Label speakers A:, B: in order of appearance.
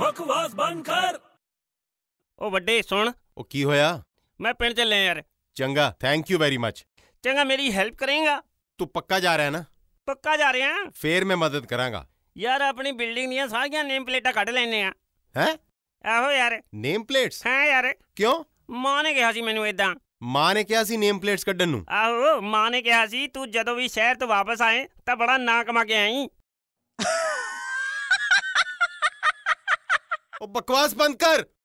A: ਬਕਵਾਸ ਬੰਦ ਕਰ
B: ਉਹ ਵੱਡੇ ਸੁਣ
C: ਉਹ ਕੀ ਹੋਇਆ
B: ਮੈਂ ਪਿੰਡ ਚੱਲਿਆ ਯਾਰ
C: ਚੰਗਾ ਥੈਂਕ ਯੂ ਵੈਰੀ ਮੱਚ
B: ਚੰਗਾ ਮੇਰੀ ਹੈਲਪ ਕਰੇਗਾ
C: ਤੂੰ ਪੱਕਾ ਜਾ ਰਿਹਾ ਨਾ
B: ਪੱਕਾ ਜਾ ਰਿਹਾ
C: ਫੇਰ ਮੈਂ ਮਦਦ ਕਰਾਂਗਾ
B: ਯਾਰ ਆਪਣੀ ਬਿਲਡਿੰਗ ਦੀਆਂ ਸਾਰੀਆਂ ਨੇਮ ਪਲੇਟਾਂ ਕੱਢ ਲੈਨੇ ਆ
C: ਹੈ
B: ਆਹੋ ਯਾਰ
C: ਨੇਮ ਪਲੇਟਸ
B: ਹਾਂ ਯਾਰ
C: ਕਿਉਂ
B: ਮਾਂ ਨੇ ਕਿਹਾ ਸੀ ਮੈਨੂੰ ਇਦਾਂ
C: ਮਾਂ ਨੇ ਕਿਹਾ ਸੀ ਨੇਮ ਪਲੇਟਸ ਕੱਢਣ ਨੂੰ
B: ਆਹੋ ਮਾਂ ਨੇ ਕਿਹਾ ਸੀ ਤੂੰ ਜਦੋਂ ਵੀ ਸ਼ਹਿਰ ਤੋਂ ਵਾਪਸ ਆਏ ਤਾਂ ਬੜਾ ਨਾਂ ਕਮਾ ਕੇ ਆਈ
C: ਉਹ ਬਕਵਾਸ ਬੰਦ ਕਰ